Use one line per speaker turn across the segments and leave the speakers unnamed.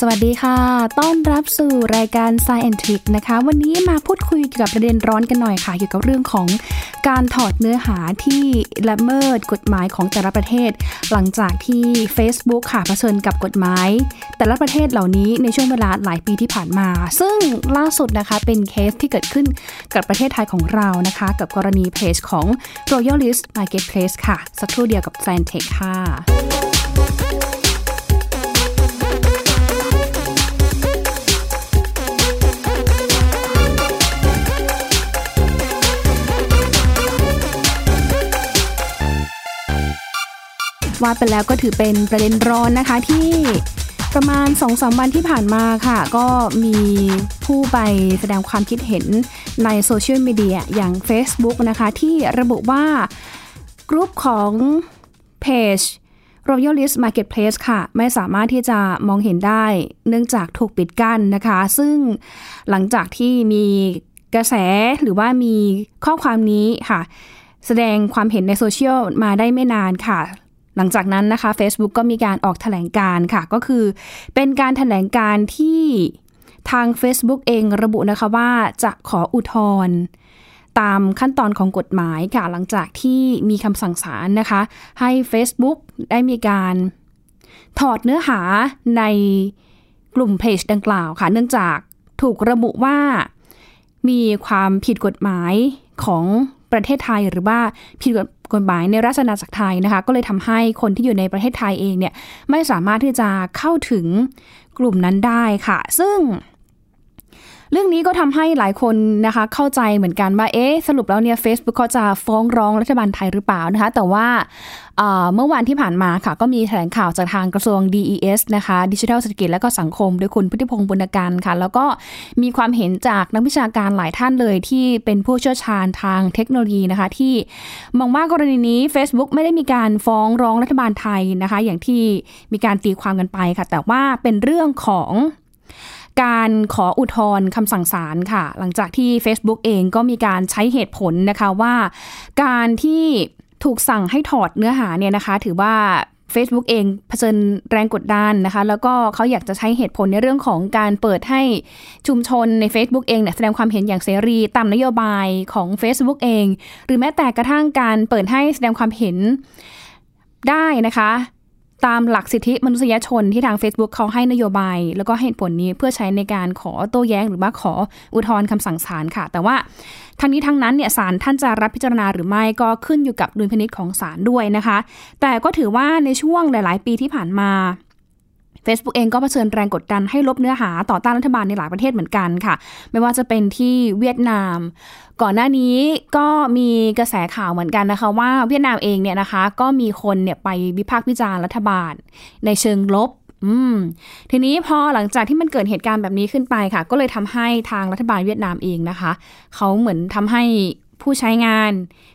สวัสดีค่ะ ต้อนรับสู่รายการ Science and Trick นะคะ วันนี้มาพูดคุยเกี่ยวกับประเด็นร้อนกันหน่อยค่ะ เกี่ยวกับเรื่องของการถอดเนื้อหาที่ละเมิดกฎหมายของแต่ละประเทศ หลังจากที่ Facebook ค่ะเผชิญกับกฎหมาย แต่ละประเทศเหล่านี้ในช่วงเวลาหลายปีที่ผ่านมา ซึ่งล่าสุดนะคะเป็นเคสที่เกิดขึ้นกับประเทศไทยของเรานะคะ กับกรณีเพจของ Royalist Marketplace ค่ะ สักครู่เดียวกับ Science and Tech ค่ะ ว่าไปแล้วก็ถือเป็นประเด็นร้อนนะคะที่ประมาณ2อสวันที่ผ่านมาค่ะ ก็มีผู้ไปแสดงความคิดเห็นในโซเชียลมีเดียอย่าง Facebook นะคะ ที่ระบุว่ากรุ๊ปของเพจ Royalist Marketplace ค่ะ ไม่สามารถที่จะมองเห็นได้ เนื่องจากถูกปิดกั้นนะคะ ซึ่งหลังจากที่มีกระแสหรือว่ามีข้อความนี้ค่ะ แสดงความเห็นในโซเชียลมาได้ไม่นานค่ะ หลังจากนั้นนะคะ Facebook ก็มีการออกแถลงการค่ะ ก็คือเป็นการแถลงการที่ทาง Facebook เองระบุนะคะว่าจะขออุทธรณ์ตามขั้นตอนของกฎหมายค่ะ หลังจากที่มีคำสั่งศาลนะคะ ให้ Facebook ได้มีการถอดเนื้อหาในกลุ่มเพจดังกล่าวค่ะ เนื่องจากถูกระบุว่า มีความผิดกฎหมายของประเทศไทยหรือว่าผิดกฎหมายในราชอาณาจักรไทยนะคะ ก็เลยทำให้คนที่อยู่ในประเทศไทยเองเนี่ยไม่สามารถที่จะเข้าถึงกลุ่มนั้นได้ค่ะ ซึ่ง เรื่องนี้ก็ทำให้หลายคนนะคะเข้าใจเหมือนกันว่าเอ๊ะสรุปแล้วเนี่ย Facebook เขาจะฟ้องร้องรัฐบาลไทยหรือเปล่านะคะ แต่ว่าเอ่อเมื่อวันที่ผ่านมาค่ะ ก็มีแถลงข่าวจากทางกระทรวง DES นะคะดิจิทัลเศรษฐกิจและก็สังคม โดยคุณพุทธิพงศ์บุญการค่ะ แล้วก็มีความเห็นจากนักวิชาการหลายท่านเลยที่เป็นผู้เชี่ยวชาญทางเทคโนโลยีนะคะ ที่มองว่ากรณีนี้ Facebook ไม่ได้มีการฟ้องร้องรัฐบาลไทยนะคะ อย่างที่มีการตีความกันไปค่ะ แต่ว่าเป็นเรื่องของ การขออุทธรณ์คำสั่งศาลค่ะ หลังจากที่ Facebook เองก็มีการใช้เหตุผลนะคะว่า การที่ถูกสั่งให้ถอดเนื้อหาเนี่ยนะคะ ถือว่า Facebook เองเผชิญแรงกดดันนะคะ แล้วก็เขาอยากจะใช้เหตุผลในเรื่องของการเปิดให้ชุมชนใน Facebook เองเนี่ยแสดงความเห็นอย่างเสรีตามนโยบายของ Facebook เอง หรือแม้แต่กระทั่งการเปิดให้แสดงความเห็นได้นะคะ ตามหลักสิทธิมนุษยชนที่ทาง Facebook เขาให้นโยบาย แล้วก็เหตุผลนี้เพื่อใช้ในการขอโต้แย้งหรือว่าขออุทธรณ์คำสั่งศาลค่ะ แต่ว่าทั้งนี้ทั้งนั้นเนี่ยศาลท่านจะรับพิจารณาหรือไม่ก็ขึ้นอยู่กับดุลพินิจของศาลด้วยนะคะ แต่ก็ถือว่าในช่วงหลาย ๆ ปีที่ผ่านมา Facebook เองก็เผชิญแรงกดดันให้ลบเนื้อหาต่อต้านรัฐบาลในหลายประเทศเหมือนกันค่ะ ไม่ว่าจะเป็นที่เวียดนาม ก่อนหน้านี้ก็มีกระแสข่าวเหมือนกันนะคะ ว่าเวียดนามเองเนี่ยนะคะ ก็มีคนเนี่ยไปวิพากษ์วิจารณ์รัฐบาล ในเชิงลบ อืม ทีนี้พอหลังจากที่มันเกิดเหตุการณ์แบบนี้ขึ้นไปค่ะ ก็เลยทำให้ทางรัฐบาลเวียดนามเองนะคะ เขาเหมือนทำให้ผู้ใช้งาน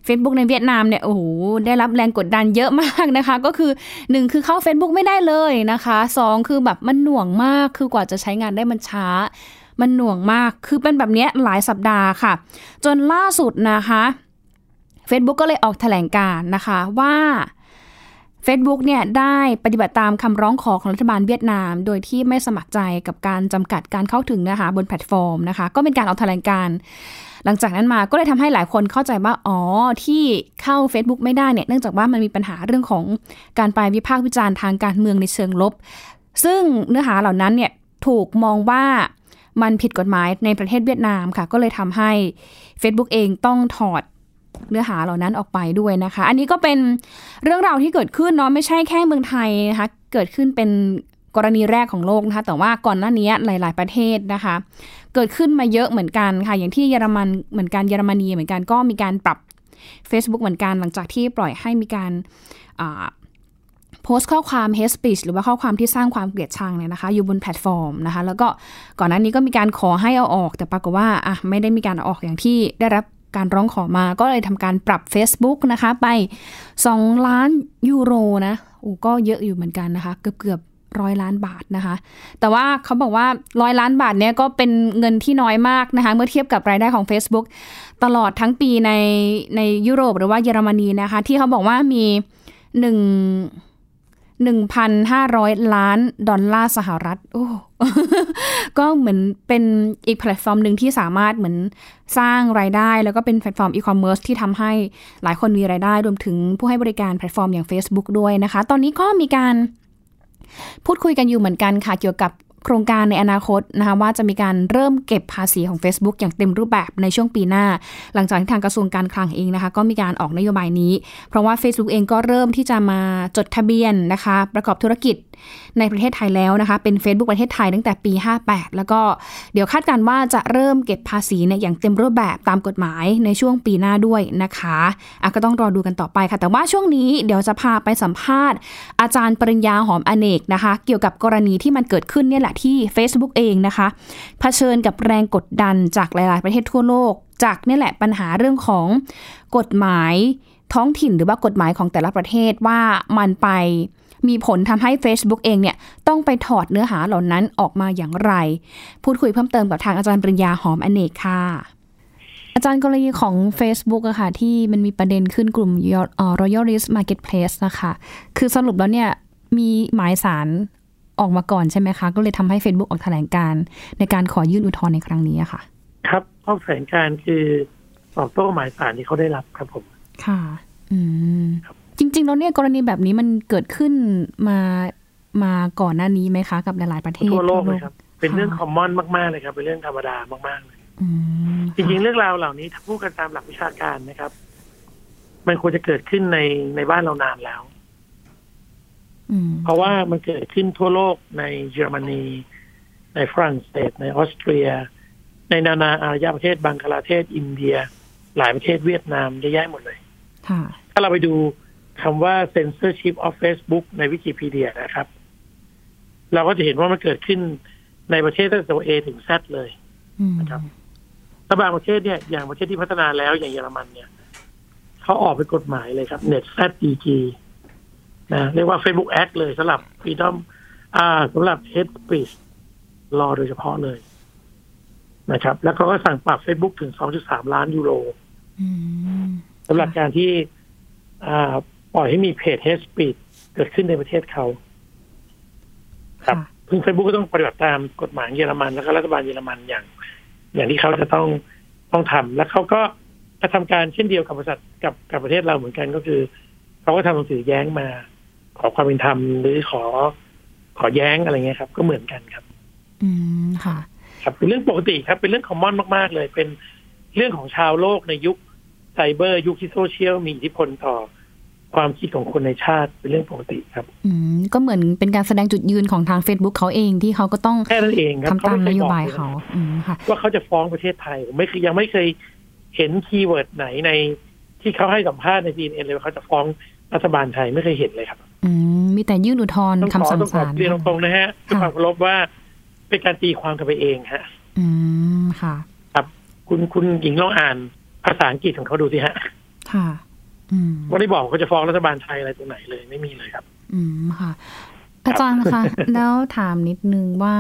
Facebook ในเวียดนามเนี่ยโอ้โหได้รับแรงกดดันเยอะมากนะคะ ก็คือ 1 คือเข้า Facebook ไม่ได้เลยนะคะ 2 คือแบบมันหน่วงมากคือกว่าจะใช้งานได้มันช้า มันหน่วงมากคือเป็นแบบเนี้ยหลายสัปดาห์ค่ะ จนล่าสุดนะคะ Facebook ก็เลยออกแถลงการณ์นะคะว่า Facebook เนี่ยได้ปฏิบัติตามคำร้องขอของรัฐบาลเวียดนาม โดยที่ไม่สมัครใจกับการจำกัดการเข้าถึงเนื้อหาบนแพลตฟอร์มนะคะ ก็เป็นการออกแถลงการณ์หลังจากนั้นมาก็เลยทำให้หลายคนเข้าใจว่าอ๋อที่เข้า Facebook ไม่ได้เนี่ยเนื่องจากว่ามันมีปัญหาเรื่องของการไปวิพากษ์วิจารณ์ทางการเมืองในเชิงลบ ซึ่งเนื้อหาเหล่านั้นเนี่ยถูกมองว่ามันผิดกฎหมายในประเทศเวียดนามค่ะ ก็เลยทำให้ Facebook เองต้องถอดเนื้อหาเหล่านั้นออกไปด้วยนะคะ อันนี้ก็เป็นเรื่องราวที่เกิดขึ้นเนาะไม่ใช่แค่เมืองไทยนะคะเกิดขึ้นเป็นกรณีแรกของโลกนะคะแต่ว่าก่อนหน้านี้หลาย ๆ ประเทศนะคะ เกิดขึ้นมาเยอะเหมือนกันค่ะ อย่างที่เยอรมันเหมือนกันเยอรมนีเหมือนกันก็มีการปรับ Facebook เหมือนกันหลังจากที่ปล่อยให้มีการอ่าโพสต์ข้อความ hate speech หรือว่าข้อความที่สร้างความเกลียดชังเนี่ยนะคะ อยู่บนแพลตฟอร์มนะคะ แล้วก็ก่อนหน้านี้ก็มีการขอให้เอาออก แต่ปรากฏว่าอ่ะไม่ได้มีการเอาออกอย่างที่ได้รับการร้องขอมาก็เลยทำการปรับ Facebook นะคะ ไป 2 ล้านยูโรนะโอ้ก็เยอะอยู่เหมือนกันนะคะ เกือบเกือบร้อยล้านบาทนะคะ แต่ว่าเขาบอกว่าร้อยล้านบาทเนี่ยก็เป็นเงินที่น้อยมากนะคะ เมื่อเทียบกับรายได้ของ Facebook ตลอดทั้งปีในในยุโรปหรือว่าเยอรมนีนะคะ ที่เขาบอกว่ามี1 1,500 ล้านดอลลาร์สห รัฐโอ้ ก็เหมือนเป็นอีกแพลตฟอร์มหนึ่งที่สามารถเหมือนสร้างรายได้ แล้วก็เป็นแพลตฟอร์มอีคอมเมิร์ซที่ทำให้หลายคนมีรายได้ รวมถึงผู้ให้บริการแพลตฟอร์มอย่าง Facebook ด้วยนะคะ ตอนนี้ก็มีการ พูดคุยกันอยู่เหมือนกันค่ะเกี่ยวกับโครงการในอนาคตนะคะว่าจะมีการเริ่มเก็บภาษีของ Facebook อย่างเต็มรูปแบบในช่วงปีหน้า หลังจากที่ทางกระทรวงการคลังเองนะคะ ก็มีการออกนโยบายนี้ เพราะว่า Facebook เองก็เริ่มที่จะมาจดทะเบียนนะคะ ประกอบธุรกิจในประเทศไทยแล้วนะคะ เป็น Facebook ประเทศไทยตั้งแต่ปี 58 แล้วก็เดี๋ยวคาดการณ์ว่าจะเริ่มเก็บภาษีเนี่ยอย่างเต็มรูปแบบตามกฎหมายในช่วงปีหน้าด้วยนะคะอ่ะก็ต้องรอดูกันต่อไปค่ะ แต่ว่าช่วงนี้เดี๋ยวจะพาไปสัมภาษณ์ อาจารย์ปริญญาหอมอเนกนะคะ เกี่ยวกับกรณีที่มันเกิดขึ้นเนี่ยแหละที่ Facebook เองนะคะเผชิญกับแรงกดดันจากหลาย ๆ ประเทศทั่วโลก จากเนี่ยแหละปัญหาเรื่องของกฎหมายท้องถิ่นหรือว่ากฎหมายของแต่ละประเทศว่ามันไปมีผลทำให้ Facebook เองเนี่ยต้องไปถอดเนื้อหาเหล่านั้นออกมาอย่างไร พูดคุยเพิ่มเติมกับทางอาจารย์ปริญญาหอมอเนกค่ะ อาจารย์กรณีของ Facebook อะค่ะ ที่มันมีประเด็นขึ้นกลุ่ม Royal- เอ่อ Royalist Marketplace นะคะ คือสรุปแล้วเนี่ย มีหมายสารออกมาก่อนใช่ไหมคะ ก็เลยทำให้ Facebook ออกแถลงการณ์ในการขอยื่นอุทธรณ์ในครั้งนี้อะค่ะ
ครับข้อแถลงการคือตอบโต้หมายสารที่เขาได้รับครับผม
ค่ะ อืม จริง ๆ แล้วเนี่ยกรณีแบบนี้มันเกิดขึ้นมามาก่อนหน้านี้ไหมคะ กับหลาย ๆ ประเทศ
ทั่วโลกเลยครับ เป็นเรื่อง
ค่ะ
คอมมอนมากๆเลยครับ เป็นเรื่องธรรมดามากๆเลย
อืม
จริง ๆ เรื่องราวเหล่านี้ถ้าพูดกันตามหลักวิชาการนะครับ มันควรจะเกิดขึ้นในในบ้านเรานานแล้ว
อืม
เพราะว่ามันเกิดขึ้นทั่วโลกในเยอรมนี ในฝรั่งเศส ในออสเตรีย ในนานาอารยประเทศบังคลาเทศ อินเดีย หลายประเทศเวียดนามเยอะแยะหมดเลย
ค่ะ
ถ้าเราไปดูคำว่า censorship of Facebook ในวิกิพีเดียนะครับ เราก็จะเห็นว่ามันเกิดขึ้นในประเทศตั้งแต่ A ถึง Z เลย
อืม
นะครับ ถ้าบางประเทศเนี่ยอย่างประเทศที่พัฒนาแล้วอย่างเยอรมันเนี่ยเขาออกเป็นกฎหมายเลยครับ Net ZDG นะเรียกว่า Facebook Act เลยสำหรับ Freedom อ่าสำหรับ Hate Speech รอโดยเฉพาะเลยนะครับ แล้วเขาก็สั่งปรับ Facebook ถึง 2.3 ล้านยูโร
อืม
สำหรับการที่อ่าปล่อยให้มีเพจเฮสปีดเกิดขึ้นในประเทศเขา ครับ ซึ่ง Facebook ก็ต้องปฏิบัติตามกฎหมายเยอรมัน แล้วก็รัฐบาลเยอรมันอย่าง อย่างที่เขาจะต้องต้องทำแล้วเขาก็กระทำการเช่นเดียวกับบริษัทกับกับประเทศเราเหมือนกันก็คือ เขาก็ทำหนังสือแย้งมา ขอความเป็นธรรมหรือขอขอแย้งอะไรเงี้ยครับ ก็เหมือนกันครับ
อืม ค่ะ
ครับเป็นเรื่องปกติครับเป็นเรื่องคอมมอนมาก ๆ เลย เป็นเรื่องของชาวโลกในยุคไซเบอร์ ยุคที่โซเชียลมีอิทธิพลต่อความคิดของคนในชาติเป็นเรื่องปกติครับ
อืม ก็เหมือนเป็นการแสดงจุดยืนของทาง Facebook เขาเองที่เขาก็ต้อง
แค่นั้นเองครับ
ทำตามนโยบาย
ข
เขาอืมค่ะ
ว่าเขาจะฟ้องประเทศไทยผมไม่เคยยังไม่เคยเห็นคีย์เวิร์ดไหนในที่เขาให้สัมภาษณ์ใน CNN เลยว่าเขาจะฟ้องรัฐบาลไทยไม่เคยเห็นเลยครับ
อืม มีแต่ยื่นอุทธรณ์
ต้องขอ
คำสั่ง
ต้องขอ
ศาล
เรียนตรงๆนะฮะด้วยความเคารพว่าเป็นการตีความกันไปเองฮะ
อืม ค่ะ
คุณคุณหญิงลองอ่านภาษาอังกฤษของเขาดูสิฮะ
ค่ะ อืม
ไม่ได้บอกเขาจะฟ้องรัฐบาลไทยอะไรตรงไหนเลยไม่มีเลยครับ
อืม ค่ะ อาจารย์ คะ แล้วถามนิดนึงว่า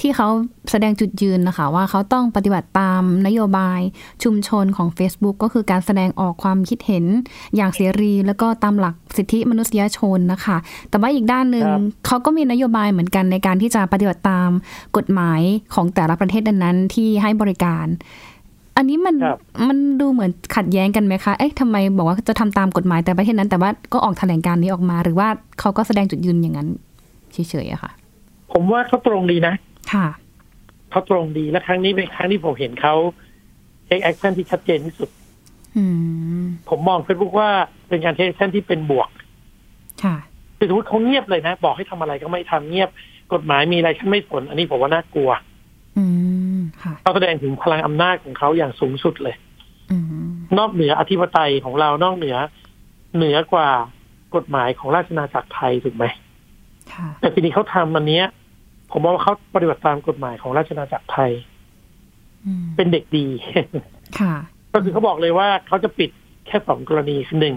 ที่เขาแสดงจุดยืนนะคะ ว่าเขาต้องปฏิบัติตามนโยบายชุมชนของ Facebook ก็คือการแสดงออกความคิดเห็นอย่างเสรีแล้วก็ตามหลักสิทธิมนุษยชนนะคะ แต่ว่าอีกด้านหนึ่ง
ครับ
เขาก็มีนโยบายเหมือนกันในการที่จะปฏิบัติตามกฎหมายของแต่ละประเทศนั้นๆที่ให้บริการ อันนี้มัน
ครับ
มันดูเหมือนขัดแย้งกันไหมคะ เอ๊ะทำไมบอกว่าจะทำตามกฎหมายแต่ประเทศนั้น แต่ว่าก็ออกแถลงการณ์นี้ออกมา หรือว่าเขาก็แสดงจุดยืนอย่างนั้นเฉยๆอะค่ะ
ผมว่าเขาตรงดีนะ
ค่ะ
เขาตรงดีและครั้งนี้เป็นครั้งที่ผมเห็นเขา take action ที่ชัดเจนที่สุด
อืม
ผมมองเฟซบุ๊กว่าเป็นการ take action ที่เป็นบวก
ค่ะ
คือสมมติเขาเงียบเลยนะ บอกให้ทำอะไรก็ไม่ทำเงียบ กฎหมายมีอะไรฉันไม่สน อันนี้ผมว่าน่ากลัว
อืม ค่ะ
เขาแสดงถึงพลังอำนาจของเขาอย่างสูงสุดเลย
อืม
นอกเหนืออธิปไตยของเรานอกเหนือ เหนือกว่ากฎหมายของราชนาจักรไทยถูกไหม
ค่ะ
แต่ทีนี้เขาทำอันเนี้ย ผมมองว่าเขาปฏิบัติตามกฎหมายของราชนาจักรไทย
อืม
เป็นเด็กดี
ค่ะ
ก็คือเขาบอกเลยว่าเขาจะปิดแค่สองกรณีคือหนึ่ง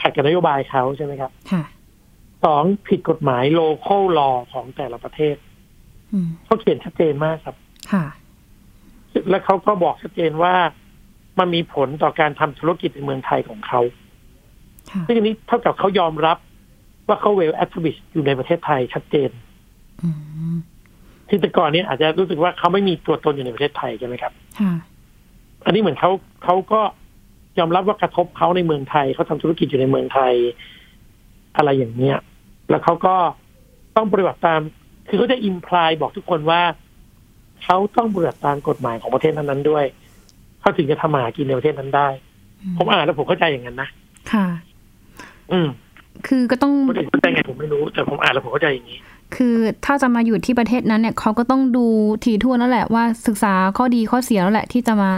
ขัดกับนโยบายเขาใช่ไหมครับ
ค่ะ
สองผิดกฎหมายโลคอลลอของแต่ละประเทศ
อืม
เขาเขียนชัดเจนมากครับ
ค่ะ
และเขาก็บอกชัดเจนว่ามันมีผลต่อการทำธุรกิจในเมืองไทยของเขา
ค่ะ
ซึ่งอันนี้เท่ากับเขายอมรับ ว่าเขาเวลแอคทิวิสต์อยู่ในประเทศไทยชัดเจน
อืม
ที่แต่ก่อนเนี้อาจจะรู้สึกว่าเขาไม่มีตัวตนอยู่ในประเทศไทยใช่ไหมครับ
ค่ะ
อันนี้เหมือนเขาเขาก็ยอมรับว่ากระทบเขาในเมืองไทยเขาทำธุรกิจอยู่ในเมืองไทย อะไรอย่างเนี้ย แล้วเขาก็ต้องปฏิบัติตาม คือเขาจะอิมพลายบอกทุกคนว่าเขาต้องปฏิบัติตามกฎหมายของประเทศนั้นๆด้วยเขาถึงจะทำมาหากินในประเทศนั้นได้
อืม
ผมอ่านแล้วผมเข้าใจอย่างนั้นนะ
ค่ะ
อืม
คือก็ต้อง
คนอื่นเข้าใจไงผมไม่รู้แต่ผมอ่านแล้วผมเข้าใจอย่างนี้
คือถ้าจะมาอยู่ที่ประเทศนั้นเนี่ยเขาก็ต้องดูถี่ถ้วนแล้วแหละว่าศึกษาข้อดีข้อเสียแล้วแหละ ที่จะมา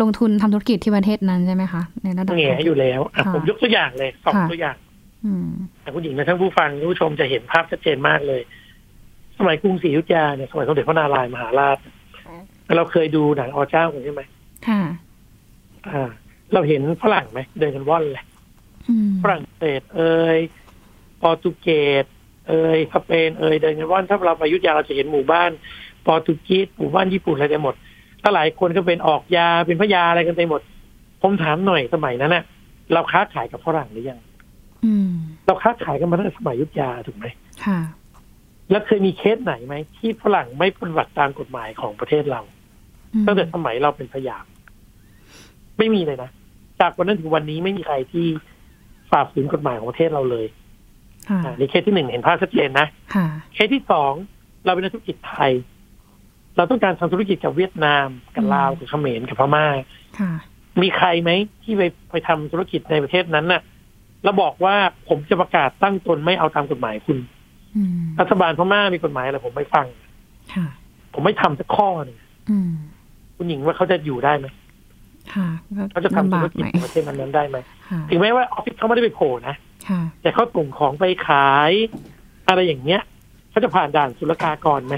ลงทุนทำธุรกิจที่ประเทศนั้นใช่ไหมคะในระดับ
แง่อยู่แล้วอ่ะ
ค่ะ
ผมยกตัวอย่างเลยสอง
ค่ะ
ตัวอย่าง
อืม
แต่คุณหญิงและท่านผู้ฟังท่านผู้ชมจะเห็นภาพชัดเจนมากเลย สมัยกรุงศรีอยุธยาเนี่ยสมัยสมเด็จพระนารายณ์มหาราชเราเคยดูหนังอเจ้ากันใช่ไหม
ค่ะ
อ่า เราเห็นฝรั่งไหมเดินกันว่อนเลย
อืม
ฝรั่งเศสเอ่ยปอร์ตุเกสเอ่ยสเปนเอ่ยเดินกันว่อนถ้าเราไปอยุธยาเราจะเห็นหมู่บ้านปอร์ตุเกสหมู่บ้านญี่ปุ่นอะไรเต็มหมดถ้าหลายคนก็เป็นออกยาเป็นพระยาอะไรกันเต็มหมด ผมถามหน่อยสมัยนั้นน่ะ เราค้าขายกับฝรั่งหรือยัง
อืม
เราค้าขายกันมาตั้งแต่สมัยอยุทธยาถูกไหม
ค่ะ
แล้วเคยมีเคสไหนไหม ที่ฝรั่งไม่ปฏิบัติตามกฎหมายของประเทศเรา
อืม
ตั้งแต่สมัยเราเป็นพยามไม่มีเลยนะ จากวันนั้นถึงวันนี้ไม่มีใครที่ฝ่าฝืนกฎหมายของประเทศเราเลย
ค่ะ
อ่านี่เคสที่หนึ่งเห็นภาพชัดเจนนะ
ค่ะ
เคสที่สองเราเป็นนักธุรกิจไทย เราต้องการทำธุรกิจกับเวียดนาม กับลาวกับเขมรกับพม่า
ค่ะ
มีใครไหมที่ไปไปทำธุรกิจในประเทศนั้นน่ะ แล้วบอกว่าผมจะประกาศตั้งตนไม่เอาตามกฎหมายคุณ
อืม
รัฐบาลพม่ามีกฎหมายอะไรผมไม่ฟัง
ค่ะ
ผมไม่ทำสักข้อหนึ่ง
อืม
คุณหญิงว่าเขาจะอยู่ได้ไหม
ค่ะก็
เขาจะทำ
ลำ
ธุ
บาร ก
กิจ
หน่อย
ในประเทศนั้นๆได้ไหม
ค่ะ
ถึงแม้ว่าออฟฟิศเขาไม่ได้ไปโผล่นะ
ค่ะ
แต่เขาส่งของไปขาย อะไรอย่างเงี้ยเขาจะผ่านด่านศุลกากรไหม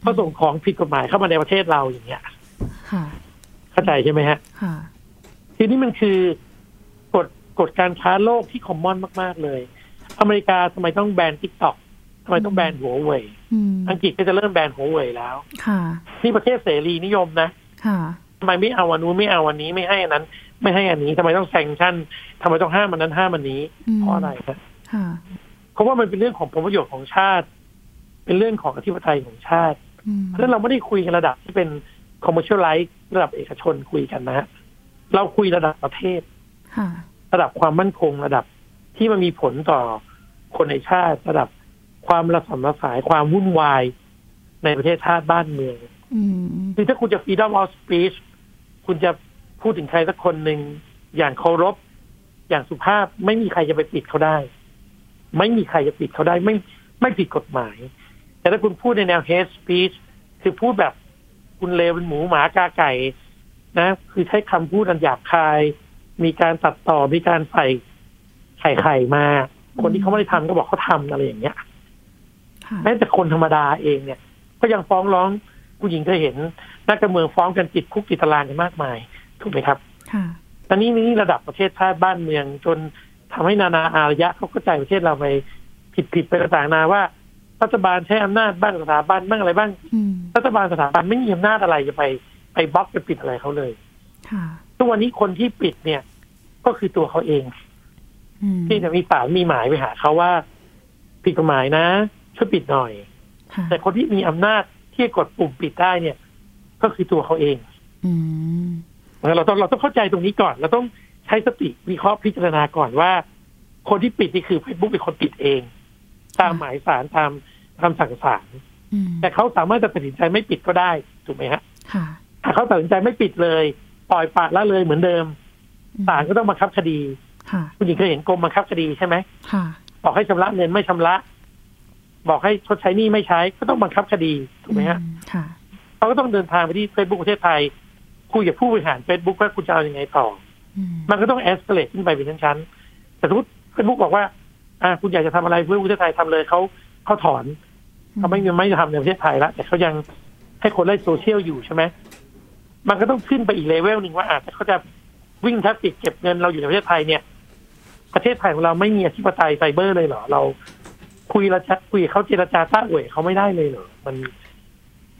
เขาส่งของผิดกฎหมายเข้ามาในประเทศเราอย่างเงี้ย
ค่ะ
เข้าใจใช่ไหมฮะ
ค่ะ
ทีนี้มันคือกฎกฎการค้าโลกที่คอมมอนมาก ๆ เลย อเมริกาทำไมต้องแบนทิกตอกทำไมต้องแบนหัวเว่ย
อืม
อังกฤษก็จะเริ่มแบนหัวเว่ยแล้ว
ค่ะ
นี่ประเทศเสรีนิยมนะ
ค่ะ
ทำไมไม่เอาอันนู้นไม่เอาอันนี้ไม่ให้อันนั้น ไม่ให้อันนี้ทำไมต้องแซงชั่นทำไมต้องห้ามอันนั้นห้ามอันนี้
อืม
เพราะอะไรครับ
ค่ะ
เพราะว่ามันเป็นเรื่องของผลประโยชน์ของชาติ เป็นเรื่องของอธิปไตยของชาติ
อืม
เพราะฉะนั้นเราไม่ได้คุยกันระดับที่เป็นคอมเมอร์เชียลไลท์ระดับเอกชนคุยกันนะฮะเราคุยระดับประเทศ
ค่ะ
ระดับความมั่นคงระดับที่มันมีผลต่อคนในชาติ ระดับความระสำระสายความวุ่นวายในประเทศชาติบ้านเมือง
อืม
คือถ้าคุณจะ freedom of speech คุณจะพูดถึงใครสักคนหนึ่งอย่างเคารพ อย่างสุภาพไม่มีใครจะไปปิดเขาได้ ไม่มีใครจะปิดเขาได้ไม่ไม่ผิดกฎหมาย แต่ถ้าคุณพูดในแนว hate speech คือพูดแบบคุณเลวเป็นหมูหมากาไก่ นะ คือใช้คำพูดอันหยาบคาย มีการตัดต่อมีการใส่ไข่ไข่มา คนที่เขาไม่ได้ทำก็บอกเขาทำอะไรอย่างเงี้ย
ค่ะ
แม้แต่คนธรรมดาเองเนี่ย ก็ยังฟ้องร้องผู้หญิงเคยเห็น นักการเมืองฟ้องกันติดคุกติดตารางกันมากมายถูกไหมครับ
ค่ะ
ตอนนี้นี่ระดับประเทศชาติบ้านเมืองจนทำให้นานาอารยะเขาเข้าใจประเทศเราไปผิดผิดๆไปต่างๆนานาว่า รัฐบาลใช้อำนาจบ้างสถาบันบ้างอะไรบ้าง
อืม
รัฐบาลสถาบันไม่มีอำนาจอะไรจะไปไปบล็อกไปปิดอะไรเขาเลย
ค่ะ
ทุกวันนี้คนที่ปิดเนี่ย ก็คือตัวเขาเอง
อืม
ที่จะมีสารมีหมายไปหาเขาว่าผิดกฎหมายนะช่วยปิดหน่อย
ค่ะ
แต่คนที่มีอำนาจที่จะกดปุ่มปิดได้เนี่ย ก็คือตัวเขาเอง
อืม
เราต้องเราต้องเข้าใจตรงนี้ก่อน เราต้องใช้สติวิเคราะห์พิจารณาก่อนว่า คนที่ปิดนี่คือ Facebook เป็นคนปิดเอง ตามหมายสารตามคำสั่งศาล
อืม
แต่เขาสามารถจะตัดสินใจไม่ปิดก็ได้ถูกไหมฮะ
ค่ะ
ถ้าเขาตัดสินใจไม่ปิดเลย ปล่อยปละละเลยเหมือนเดิม
อืม
ศาลก็ต้องบังคับคดี
ค่ะ
คุณหญิงเคยเห็นกรมบังคับคดีใช่ไหม
ค่ะ
บอกให้ชำระเงินไม่ชำระ บอกให้ชดใช้หนี้ไม่ใช้ ก็ต้องบังคับคดีถูกไหมฮะ
อืค่ะ
เขาก็ต้องเดินทางไปที่ Facebook ประเทศไทย คุยกับผู้บริหาร Facebook ว่าคุณจะเอายังไงต่อ
อืม
มันก็ต้องแอสเ a ล e ขึ้นไปเป็นชั้นๆแต่สมมติ Facebook บอกว่า อ่า คุณอยากจะทำอะไรเพื่อประเทศไทยทำเลยเขาเขาถอนเขาไม่มีไม่ทำในประเทศไทยละแต่เขายังให้คนเล่นโซเชียลอยู่ใช่ไหมมันก็ต้องขึ้นไปอีกเลเวลหนึ่งว่าอาจจะเขาจะวิ่งทราฟฟิกเก็บเงินเราอยู่ในประเทศไทยเนี่ย ประเทศไทยของเราไม่มีอธิปไตยไซเบอร์เลยเหรอเรา คุยระชัดคุยกับเขาเจรจาต้าอวยเขาไม่ได้เลยเหรอมัน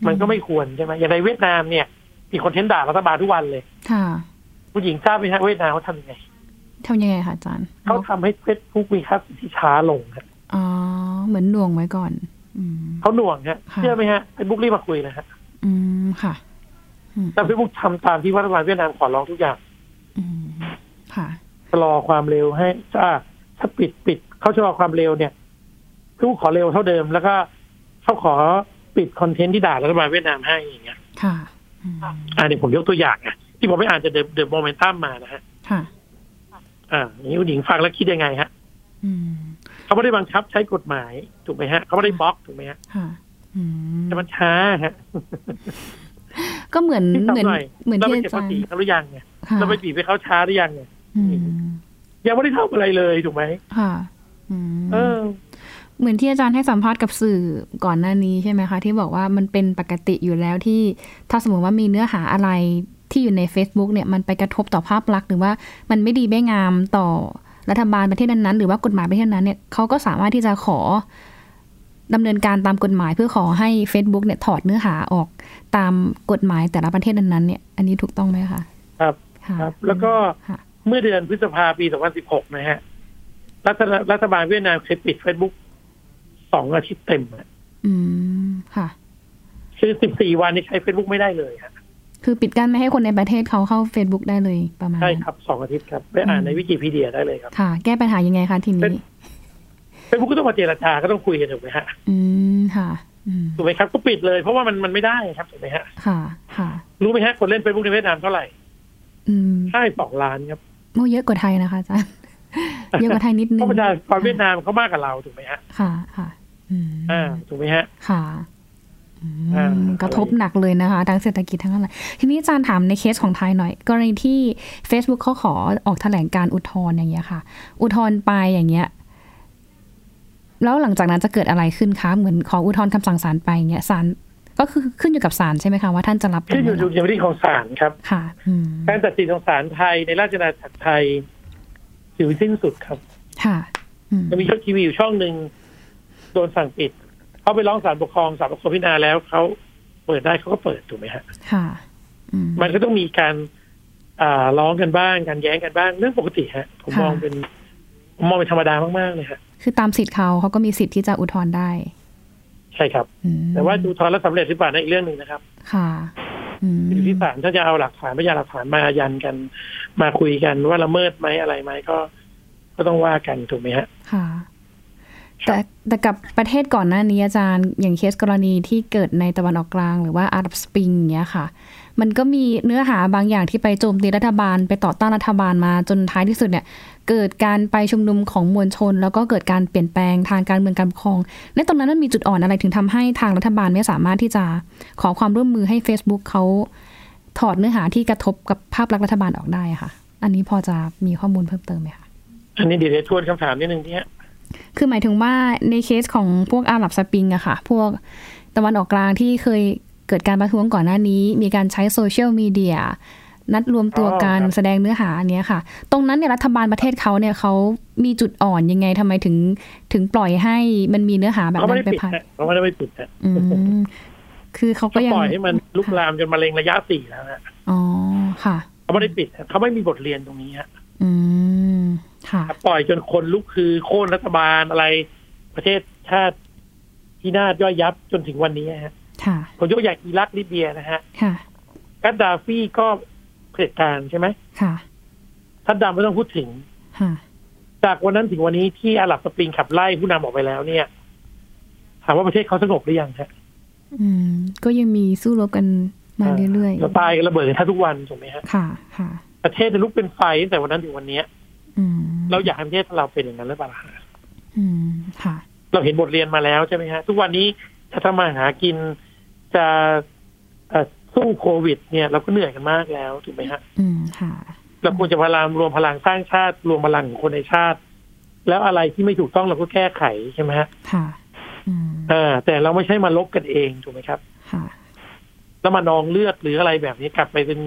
มันก็ไม่ควรใช่ไหมอย่างในเวียดนามเนี่ยมีคนเทนต์ด่ารัฐบาลทุกวันเลย
ค่ะ
ผู้หญิงทราบไหมฮะเวียดนามเขาทำยังไง
ทำยังไงคะอาจารย์
เขาทำให้ Facebook มีค่าที่ช้าลงครับ
อ๋อเหมือนหน่วงไว้ก่อน อืม
เขาหน่วงฮะ
ค่ะ
เชื่อไหมฮะ Facebook รีบมาคุยนะฮะ
อืมค่ะอืม
แต่ Facebook ทำตามที่รัฐบาลเวียดนามขอร้องทุกอย่าง
อืมค่ะ
ชะลอความเร็วให้ถ้าถ้าปิดปิดเขาชะลอความเร็วเนี่ย Facebook ขอเร็วเท่าเดิม แล้วก็เขาขอปิดคอนเทนต์ที่ด่ารัฐบาลเวียดนามให้อย่างเงี้ย
ค่ะอืม
อ่าเนี่ยวผมยกตัวอย่างนะที่ผมไม่อ่านจะเดอะเดอะโมเมนตัมมานะฮะ
ค่ะ
อ่าอย่างนี้คุณหญิงฟังแล้วคิดยังไงฮะ
อืม
เขาไม่ได้บังคับใช้กฎหมายถูกไหมฮะเขาไม่ได้บล็อกถูกไหมฮะ
ค่ะ อืม
แต่มันช้าฮะ
ก็เหมือน
ที่
เหมือน
ทำหน่อย
เหมือน
เรา
ที่
ไป
อาจา
เก็บภาร
ย์
ษีเขาหรือยังเนี่ย
ค่ะ
เราไปบีบให้เขาช้าหรือยังเนี่ย
อืม
ยังไม่ได้ทำอะไรเลยถูกไหม
ค่ะอืม
เออ
เหมือนที่อาจารย์ให้สัมภาษณ์กับสื่อก่อนหน้านี้ใช่ไหมคะ ที่บอกว่ามันเป็นปกติอยู่แล้วที่ถ้าสมมติว่ามีเนื้อหาอะไรที่อยู่ใน Facebook เนี่ยมันไปกระทบต่อภาพลักษณ์หรือว่ามันไม่ดีไม่งามต่อรัฐบาลประเทศนั้นๆหรือว่ากฎหมายประเทศนั้นเนี่ยเขาก็สามารถที่จะขอดำเนินการตามกฎหมายเพื่อขอให้ Facebook เนี่ยถอดเนื้อหาออกตามกฎหมายแต่ละประเทศนั้นๆเนี่ยอันนี้ถูกต้องไหมคะ
ครับ
ะ
ครับแล้วก็
ค่ะ
เมื่อเดือนพฤษภาปี 2016 นะฮะ รัฐรัฐบาลเวียดนามเคยปิด Facebook สองอาทิตย์เต็มอะ
อืมค่ะ
คือ 14 วันนี้ใช้ Facebook ไม่ได้เลยฮะ
คือปิดกั้นไม่ให้คนในประเทศเขาเข้า Facebook ได้เลยประมาณ
ใช่
นั้น
ครับสองอาทิตย์ครับ ไปอ่านในวิกิพีเดียได้เลยครับ
ค่ะ แก้ปัญหายังไงคะที
เป็
นี้
น Facebook ก็ต้องมาเจรจาก็ต้องคุยกันถูกไหมฮะ
อืม ค่ะ อืม
ถูกไหมครับ ก็ปิดเลยเพราะว่ามันมันไม่ได้ครับถูกไหมฮะ
ค่ะ ค่ะ
รู้ไหมฮะคนเล่น Facebook ในเวียดนามเท่าไหร่
อืม
ใช่สองล้านครับ
โมเยอะกว่าไทยนะคะอาจาร ย์ เยอะกว่าไทยนิดนึง
เพราะประชากรเวียดนามเขามากกว่าเราถูกไหมฮะ
ค่ะ ค่ะ อืม
อ่าถูกไหมฮะ
ค่ะอืม
อ่าก
ระทบหนักเลยนะคะทั้งเศรษฐกิจทั้งอะไร ทีนี้อาจารย์ถามในเคสของไทยหน่อย กรณีที่ Facebook เขาขอออกแถลงการอุทธรณ์อย่างเงี้ยค่ะ อุทธรณ์ไปอย่างเงี้ย แล้วหลังจากนั้นจะเกิดอะไรขึ้นคะ เหมือนขออุทธรณ์คำสั่งศาลไปอย่างเงี้ยศาลก็คือขึ้นอยู่กับศาลใช่ไหมคะว่าท่านจะรับหรื
ขึ้น
ไม่
อยู่
รับ
อยู่ที่ของศาลครับ
ค่ะ อืม
การตัดสินของศาลไทยในราชอาณาจักรไทยถือสิ้นสุดครับ
ค่ะ อืม
จะมีช่องทีวีอยู่ช่องหนึ่งโดนสั่งปิดเขาไปร้องศาลปกครองศาลปกครองพิจารณาแล้วเขาเปิดได้เขาก็เปิดถูกไหมฮะ
ค่ะ อืม
มันก็ต้องมีการ อ่าร้องกันบ้างการแย้งกันบ้างเรื่องปกติฮะ ผม
ค่ะ
มองเป็นผมมองเป็นธรรมดามากๆเลยฮะ
คือตามสิทธิ์เขาเขาก็มีสิทธิ์ที่จะอุทธรณ์ได้
ใช่ครับ
อืม
แต่ว่าดูทอนแล้วสำเร็จหรือเปล่านั่นอีกเรื่องหนึ่งนะครับ
ค่ะ อืม
อยู่ที่ศาลถ้าจะเอาหลักฐานพยานหลักฐานมายันกัน มาคุยกันว่าละเมิดไหมอะไรไหมก็ ก็ต้องว่ากันถูกไหมฮะ
ค่ะ
ครับ
แต่แต่กับประเทศก่อนหน้านี้อาจารย์ อย่างเคสกรณีที่เกิดในตะวันออกกลางหรือว่าอารับสปริงเนี้ยค่ะ มันก็มีเนื้อหาบางอย่างที่ไปโจมตีรัฐบาล ไปต่อต้านรัฐบาลมาจนท้ายที่สุดเนี่ย เกิดการไปชุมนุมของมวลชน แล้วก็เกิดการเปลี่ยนแปลงทางการเมืองการปกครอง และตรงนั้นมันมีจุดอ่อนอะไรถึงทำให้ทางรัฐบาลไม่สามารถที่จะขอความร่วมมือให้ Facebook เขาถอดเนื้อหาที่กระทบกับภาพลักษณ์รัฐบาลออกได้อะค่ะ อันนี้พอจะมีข้อมูลเพิ่มเติมไหมคะ
อันนี้เดี๋ยวเดี๋ยวทวนคำถามนิดนึงที่ฮะ
คือหมายถึงว่าในเคสของพวกอาหรับสปริงอะค่ะ พวกตะวันออกกลางที่เคยเกิดการประท้วงก่อนหน้านี้ มีการใช้โซเชียลมีเดียนัดรวมตัวกัน
อ๋อครับ
แสดงเนื้อหาอันเนี้ยค่ะ ตรงนั้นเนี่ยรัฐบาลประเทศเขาเนี่ยเขามีจุดอ่อนยังไงทำไมถึงถึงปล่อยให้มันมีเนื้อหาแบบ
เขาไม่
นั้
ได้
นไป
ปิด
ผ่าน
นะเขาไม่ได้ไม่ปิดนะ
อืมคือเขาก็
เขา
ยัง
ปล่อยให้มันลุกลามจนมะเร็งระยะสี่แล้วนะ
อ๋อค่ะ
เขาไม่ได้ปิดนะเขาไม่มีบทเรียนตรงนี้ฮะ
อืมค่ะ
ปล่อยจนคนลุกคือโค่นรัฐบาลอะไร ประเทศชาติที่นาศย่อยยับจนถึงวันนี้ฮะ
ค่ะ
ผมยกอย่างอิรักลิเบียนะฮะ
ค่ะ
กัดดาฟีก็เผด็จการใช่ไหม
ค่ะ
ท่านดำไม่ต้องพูดถึง
ค่ะ
จากวันนั้นถึงวันนี้ที่อาหรับสปริงขับไล่ผู้นำออกไปแล้วเนี่ยถามว่าประเทศเขาสงบหรือยังฮะ
อืมก็ยังมีสู้รบกันมาเรื่อย
เราตายกันระเบิดกันแทบทุกวันถูกไหมฮะ
ๆค่ะค่ะ
ประเทศเนี่ยลุกเป็นไฟตั้งแต่วันนั้นถึงวันเนี้ย
อืม
เราอยากให้ประเทศเราเป็นอย่างนั้นหรือเปล่าล่ะ
อืมค่ะ
เราเห็นบทเรียนมาแล้วใช่ไหมฮะ ทุกวันนี้จะทำมาหากินจะเอ่อสู้โควิด เนี่ย เราก็เหนื่อยกันมากแล้วถูกไหมฮะ
อืมค่ะ
เราควรจะพยายามรวมพลังสร้างชาติ รวมพลังของคนในชาติ แล้วอะไรที่ไม่ถูกต้องเราก็แก้ไขใช่ไหมฮะ
ค่ะ อืม
เออแต่เราไม่ใช่มาลบกันเองถูกไหมครับ
ค่ะ
แล้วมานองเลือดหรืออะไรแบบนี้กลับไปเป็น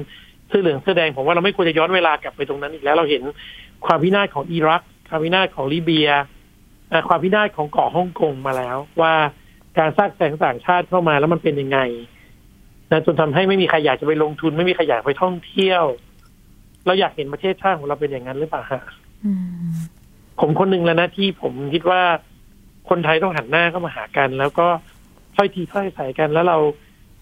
เสื้อเหลืองเสื้อแดงผมว่าเราไม่ควรจะย้อนเวลากลับไปตรงนั้นอีกแล้วเราเห็นความพินาศของอิรัก ความพินาศของลิเบียเอ่อความพินาศของเกาะฮ่องกงมาแล้ว ว่าการสร้างแสงต่างชาติเข้ามาแล้วมันเป็นยังไงนะจนทำให้ไม่มีใครอยากจะไปลงทุน ไม่มีใครอยากไปท่องเที่ยว เราอยากเห็นประเทศชาติของเราเป็นอย่างนั้นหรือเปล่าฮะ
อืม
ผมคนหนึ่งแล้วนะที่ผมคิดว่าคนไทยต้องหันหน้าเข้ามาหากัน แล้วก็ค่อยทีค่อยใส่กันแล้วเรา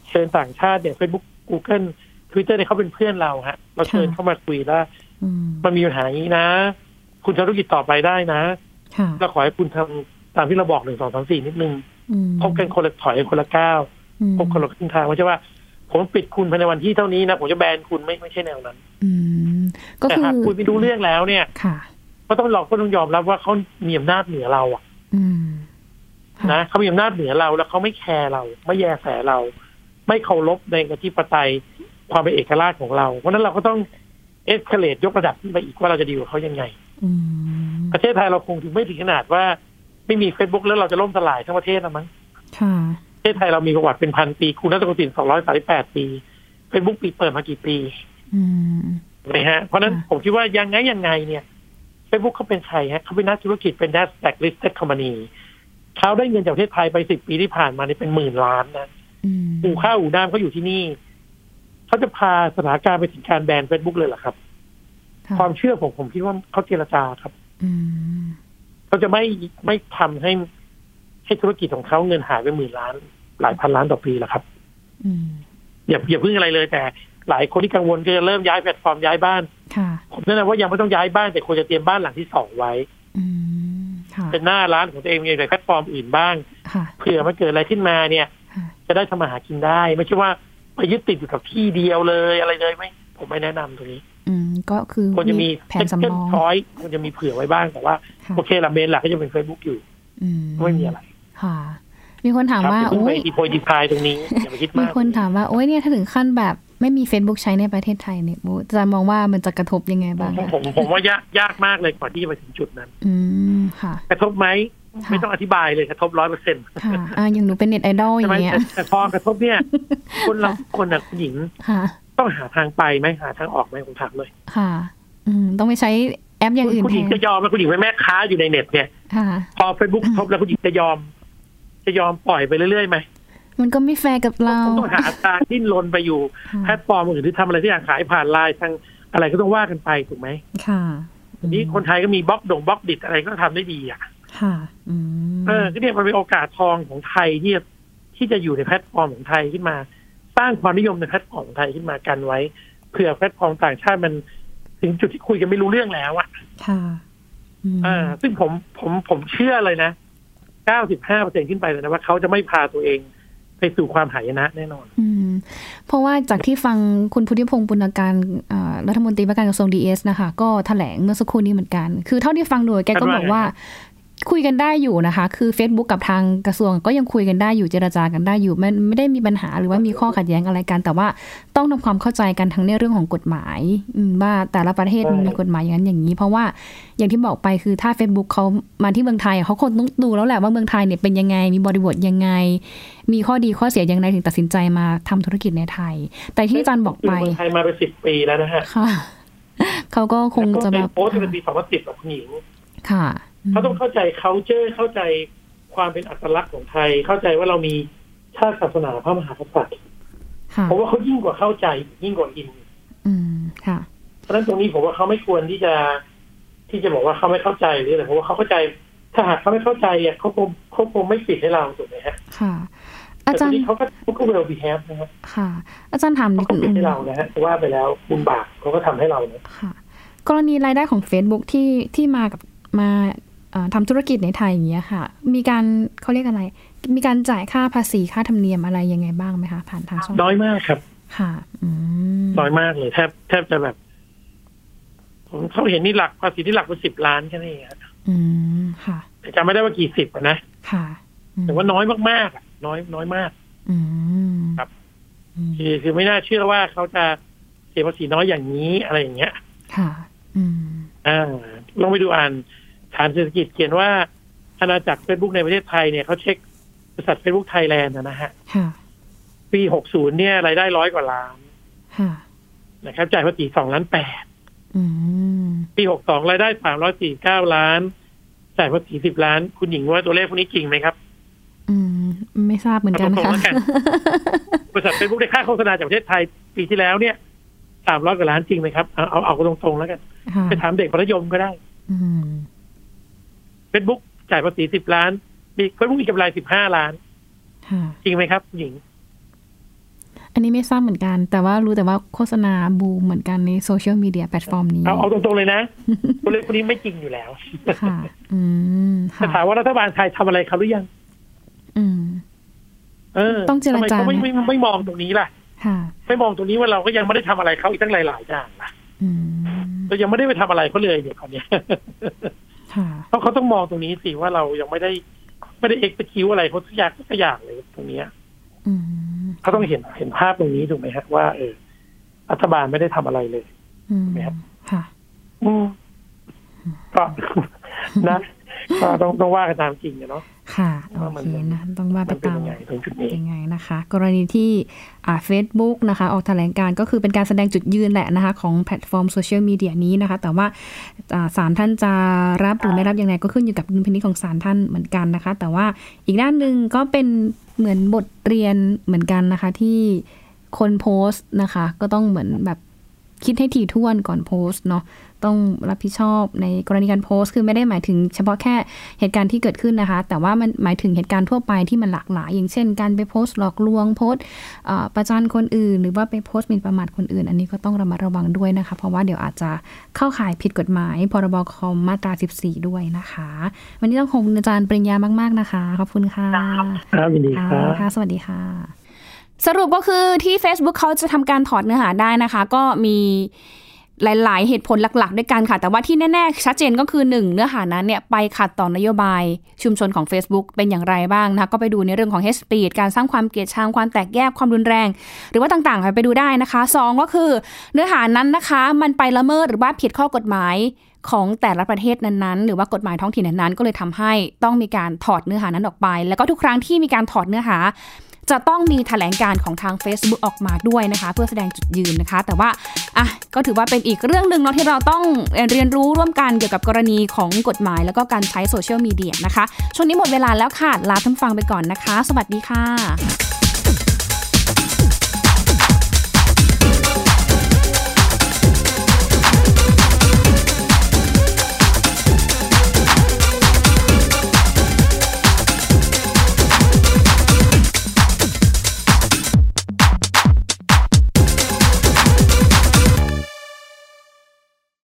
เชิญต่างชาติเนี่ย Facebook Google Twitter เนี่ยเขาเป็นเพื่อนเราฮะ เราเชิญเข้ามาคุยแล้ว
อืม
มันมีปัญหาอย่างนี้นะ คุณทำธุรกิจต่อไปได้นะ
ค่ะ
เราขอให้คุณทำตามที่เราบอกหนึ่งสองสามสี่นิดนึง
อืม
พบกันคนละถอยคนละก้าว
อืม
พบคนละครึ่งทางไม่ใช่ว่า ผมปิดคุณภายในวันที่เท่านี้นะผมจะแบนคุณไม่ไม่ใช่แนวนั้น
อืมก็
แต่
คือ
หากคุยไม่รู้เรื่องแล้วเนี่ย
ค่ะ
ก็ต้องเราก็ต้องยอมรับว่าเขามีอำนาจเหนือเราอะ
อืมค่
นะเขามีอำนาจเหนือเราแล้วเขาไม่แคร์เรา ไม่แยแสเรา ไม่เคารพในกติปไตยความเป็นเอกราชของเราเพราะฉะนั้นเราก็ต้องเอ็กเคเลตยกระดับขึ้นไปอีกว่าเราจะดีกว่าเขายังไง
อืม
ประเทศไทยเราคงถึงไม่ถึงขนาดว่า ไม่มี Facebook แล้วเราจะล่มสลายทั้งประเทศนะมั้ง
ค่ะ
ประเทศไทยเรามีประวัติเป็นพันปีคุณรัตนโกสินทร์สองร้อยสามสิบแปดปี Facebook ปีเปิดมากี่ปี
อืม
ถูกไหมฮะเพราะฉะนั้น
ค่ะ
ผมคิดว่ายังไงยังไงเนี่ย Facebook เขาเป็นใครฮะเขาเป็นนักธุรกิจเป็น Nasdaq listed company เขาได้เงินจากประเทศไทยไปสิบปีที่ผ่านมานี่เป็นหมื่นล้านนะ
อืม
อู่ข้าวอู่น้ำเขาอยู่ที่นี่เขาจะพาสถานการณ์ไปถึงการแบน Facebook เลยเหรอครับ
ค่ะ
ความเชื่อผมผมคิดว่าเขาเจรจาครับ
อืม
เขาจะไม่ไม่ทำให้ให้ธุรกิจของเขาเงินหายไปหมื่นล้าน หลายพันล้านต่อปีหรอกครับ
อืม
อย่าอย่าพึ่งอะไรเลยแต่ หลายคนที่กังวลก็จะเริ่มย้ายแพลตฟอร์มย้ายบ้าน
ค่ะ
ผมแนะนำว่ายังไม่ต้องย้ายบ้านแต่ควรจะเตรียมบ้านหลังที่สองไว้
อืมค่ะ
เป็นหน้าร้านของตัวเองมีอะไรแพลตฟอร์มอื่นบ้าง
ค่ะ
เผื่อมันเกิดอะไรขึ้นมาเนี่ย
ค่ะ
จะได้ทำมาหากินได้ ไม่ใช่ว่าไปยึดติดอยู่กับที่เดียวเลยอะไรเลยไม่ผมไม่แนะนำตรงนี้
อืมก็คือ
ควรจะมี
แผนสำรอง
ช้อยควรจะมีเผื่อไว้บ้างแต่ว่า
ค่ะ
โอเคละเมนหลักก็จะเป็น Facebook อยู่
อืม
ไม่มีอะไร
ค่ะ มีคนถาม
ครับ
ว่า
อย่าเพิ่ง
โอ้
ไป
ย
ดีโพยดีพายตรงนี้อย่าไปคิด
มี
มาก
คนถามว่าโอ้ยเนี่ยถ้าถึงขั้นแบบ ไม่มี Facebook ใช้ในประเทศไทยเนี่ยโอ้จะมองว่ามันจะกระทบยังไงบ้างอะ
ผมผมว่ายากยากมากเลยกว่าที่จะไปถึงจุดนั้น
อืมค่ะ
กระทบไหม
ค่ะ
ไม่ต้องอธิบายเลยกระทบร้อยเปอร์เซ็นต์
ค่ะอ่าอย่างหนูเป็นเน็ตไอดอลอ
ใช่ไหม
ย่างเงี้ย
แต่แต่พอกระทบ เนี่ย คนเราคนน่ะคุณหญิง
ค่ะ
ต้องหาทางไปไหมหาทางออกไหมผมถามเลย
ค่ะ อืมต้องไปใช้แอปอย่างอื่น
คุณ
แท
หญิง
น
จะยอมไหมคุณหญิงเป็นแม่ค้าอยู่ในเน็ตเนี่ย
ค่ะ
พอเฟซบุ๊กทบแล้วคุณหญิงจะยอม จะยอมปล่อยไปเรื่อยๆไหม
มันก็ไม่แฟร์กับเรา
ผมต้องหาทางดิ้นรนไปอยู่แพล
ค่ะ
ตฟอร์มอื่นที่ทำอะไรที่อย่างขายผ่านไลน์ทางอะไรก็ต้องว่ากันไปถูกไหม
ค่ะ
ทีนี้คนไทยก็มีบล็อกดงบล็อกดิดอะไรก็ทำได้ดีอ่ะ
ค่ะ อืม
เออก็เนี่ยมันเป็นโอกาสทองของไทยที่จะที่จะอยู่ในแพลตฟอร์มของไทยขึ้นมา สร้างความนิยมในแพลตฟอร์มของไทยขึ้นมากันไว้เผื่อแพลตฟอร์มต่างชาติมันถึงจุดที่คุยกันไม่รู้เรื่องแล้วอ่ะ
ค่ะม
เออซึ่งผมผมผมเชื่อเลยนะ 95%ขึ้นไปเลยนะว่าเขาจะไม่พาตัวเองไปสู่ความหายนะแน่นอน
อืมเพราะว่าจากที่ฟังคุณพุทธิพงศ์ปุณการเอ่อรัฐมนตรีว่าการกระทรวงดีเอสนะคะ ก็ถแถลงเมื่อสักครู่นี้เหมือนกัน คือเท่าที่ฟังดูแกก็บ
ท่านว่า
อกว่า
ไง
คุยกันได้อยู่นะคะ คือ Facebook กับทางกระทรวงก็ยังคุยกันได้อยู่เจรจากันได้อยู่มันไม่ได้มีปัญหาหรือว่ามีข้อขัดแย้งอะไรกัน แต่ว่าต้องทำความเข้าใจกันทั้งในเรื่องของกฎหมายอืมว่าแต่ละประเทศมันมีกฎหมายอย่างนั้นอย่างนี้ เพราะว่าอย่างที่บอกไปคือถ้า Facebook เขามาที่เมืองไทยเขาคงต้องดูแล้วแหละว่าเมืองไทยเนี่ยเป็นยังไง มีบริบทยังไง มีข้อดีข้อเสียยังไงถึงตัดสินใจมาทำธุรกิจในไทย แต่ที่อาจารย์บอก
อยู่
ไป
เมืองไทยมาเป็นสิบปีแล้วนะฮะ
ค่ะเขาก็คงจะแบ
แล้ว
บ
ก็เป็นโพสต์เป็นปีสองพันสิบแบบคุณหญิง
ค่ะ
เขาต้องเข้าใจ culture เข้าใจความเป็นอัตลักษณ์ของไทย เข้าใจว่าเรามีชาติศาสนาพระมหากษัตริย์
ค่ะ
ผมว่าเขายิ่งกว่าเข้าใจยิ่งกว่าอิน
อืมค่ะ
เพราะฉะนั้นตรงนี้ผมว่าเขาไม่ควรที่จะ ที่จะบอกว่าเขาไม่เข้าใจหรืออะไรผมว่าเขาเข้าใจ ถ้าหากเขาไม่เข้าใจอ่ะเขาคงเขาคงไม่ปิดให้เราถูกไหมฮะ
ค่ะ
แต่
อา
ตร
จารงย์
นี้เขาก็เขาก็ well behave นะครับ
ค่ะ อาจารย์ถามนิ
เขา
ด
ก็ปิด
นึง
ให้เรานะฮะว่าไปแล้วบุญบาปเขาก็ทำให้เรานะ
ค่ะ กรณีรายได้ของ Facebook ที่ที่มากับมาเอ่อทำธุรกิจในไทยอย่างเงี้ยค่ะ มีการเขาเรียกอะไร มีการจ่ายค่าภาษีค่าธรรมเนียมอะไรยังไงบ้างไหมคะ ผ่านทางช่อง
น้อยมากครับ
ค่ะ อืม
น้อยมากเลยแทบแทบจะแบบ ผมเขาเห็นนี่หลักภาษีที่หลักเป็นสิบล้านแค่นี้ครับ
อืมค่ะ
แต่จำไม่ได้ว่ากี่สิบอะนะ
ค่ะอืม
แต่ว่าน้อยมากๆอะน้อยน้อยมาก
อืม
ครับ
อืม
คือคือไม่น่าเชื่อว่าเขาจะเสียภาษีน้อยอย่างนี้อะไรอย่างเงี้ย
ค่ะ อืม
อ่าลองไปดูอ่านฐานเศรษฐกิจเขียนว่าอาณาจักร Facebook ในประเทศไทยเนี่ยเขาเช็คบริษัท Facebook Thailand อะนะฮะ
ค่ะ
ปี 60 เนี่ยรายได้ร้อยกว่าล้าน
ค่ะ
นะครับจ่ายภาษี2ล้าน8
อืม
ปี 62 รายได้ 349 ล้านจ่ายภาษี10 ล้าน คุณหญิงว่าตัวเลขพวกนี้จริงไหมครับ
อืมไม่ทราบเหมือนกัน
ตรงๆ
ค่ะ
แล้วกันบริษัท Facebook ได้ค่าโฆษณาจากประเทศไทยปีที่แล้วเนี่ย300กว่าล้านจริงไหมครับเอาเอาเอาตรงๆแล้วกัน
ค่ะ
ไปถามเด็กประยมก็ได้
อืม
เฟซบุ๊กจ่ายภาษีสิบล้านมีเฟซบุ๊กมีกำไรสิบห้าล้าน
ค่ะ
จริงไหมครับหญิง
อันนี้ไม่ทราบเหมือนกัน แต่ว่ารู้แต่ว่าโฆษณาบูมเหมือนกันในโซเชียลมีเดียแพลตฟอร์มนี้
เอาเอาตรงๆเลย นะ ตัวเลขพวกนี้ไม่จริงอยู่แล้ว
ค่ะ อืม
แต่
ค่ะ
ถามว่ารัฐบาลไทยทำอะไรเขาหรือยัง
อืม
เออ
ต้องเจรจา
ทำไมเขาไม่
ไหม
ไม่ไม่ไม่มองตรงนี้ล่ะ
ค่ะ
ไม่มองตรงนี้ว่าเราก็ยังไม่ได้ทำอะไรเขาอีกตั้งหลายๆอย่างล่ะ
อืม
เรายังไม่ได้ไปทำอะไรเขาเลยเนี่ยคราวเนี้ย
ค่ะ
เพราะเขาต้องมองตรงนี้สิว่าเรายังไม่ได้ไม่ได้เอ็กซ์คิวอะไรเขาสักอย่างสักอย่างเลยตรงเนี้ย
อืม
เขาต้องเห็นเห็นภาพตรงนี้ถูกไหมฮะว่าเออรัฐบาลไม่ได้ทำอะไรเลย
อืม
ไหมครับ
ค่ะ
อืมก็ นะก็ต้องต้องว่ากันตามจริงอะเนาะ
ค่ะ โอ
ว่ามัน
เคนะ ต้องว่าไป
มันเป็น
ตาม
ยังไงถึงจุดนี้
ยังไงนะคะ กรณีที่อ่า Facebook นะคะ ออกแถลงการณ์ก็คือเป็นการแสดงจุดยืนแหละนะคะ ของแพลตฟอร์มโซเชียลมีเดียนี้นะคะ แต่ว่าอ่าศาลท่านจะรับหรือไม่รับยังไงก็ขึ้นอยู่กับดุลพินิจของศาลท่านเหมือนกันนะคะ แต่ว่าอีกด้านหนึ่งก็เป็นเหมือนบทเรียนเหมือนกันนะคะ ที่คนโพสต์นะคะ ก็ต้องเหมือนแบบคิดให้ถี่ถ้วนก่อนโพสต์เนาะ ต้องรับผิดชอบในกรณีการโพสต์ คือไม่ได้หมายถึงเฉพาะแค่เหตุการณ์ที่เกิดขึ้นนะคะ แต่ว่ามันหมายถึงเหตุการณ์ทั่วไปที่มันหลากหลาย อย่างเช่น การไปโพสต์หลอกลวงโพสต์เอ่อประจานคนอื่น หรือว่าไปโพสต์หมิ่นประมาทคนอื่น อันนี้ก็ต้องระมัดระวังด้วยนะคะ เพราะว่าเดี๋ยวอาจจะเข้าข่ายผิดกฎหมาย พรบคอมมาตรา 14 ด้วยนะคะ วันนี้ต้องขอบคุณอาจารย์ปริญญามาก ๆนะคะขอบคุณค่ะ
ครับยินดีครั
ค่ะ
บ
ค่ะ สวัสดีค่ะ
สรุปก็คือที่ Facebook เขาจะทำการถอดเนื้อหาได้นะคะ ก็มีหลาย ๆ เหตุผลหลัก ๆ ด้วยกันค่ะ แต่ว่าที่แน่ ๆ ชัดเจนก็คือ 1 เนื้อหานั้นเนี่ยไปขัดต่อนโยบายชุมชนของ Facebook เป็นอย่างไรบ้างนะคะ ก็ไปดูในเรื่องของ hate speech การสร้างความเกลียดชังความแตกแยกความรุนแรง หรือว่าต่าง ๆ ค่ะไปดูได้นะคะสองก็คือเนื้อหานั้นนะคะ มันไปละเมิดหรือว่าผิดข้อกฎหมาย ของแต่ละประเทศนั้นๆ หรือว่ากฎหมายท้องถิ่นนั้นๆ ก็เลยทำให้ต้องมีการถอดเนื้อหานั้นออกไป แล้วก็ทุกครั้งที่มีการถอดเนื้อหา จะต้องมีแถลงการณ์ของทาง Facebook ออกมาด้วยนะคะ เพื่อแสดงจุดยืนนะคะ แต่ว่าอ่ะก็ถือว่าเป็นอีกเรื่องหนึ่งเนาะที่เราต้องเรียนรู้ร่วมกันเกี่ยวกับกรณีของกฎหมาย แล้วก็การใช้โซเชียลมีเดียนะคะช่วงนี้หมดเวลาแล้วค่ะลาท่านผู้ฟังไปก่อนนะคะ สวัสดีค่ะ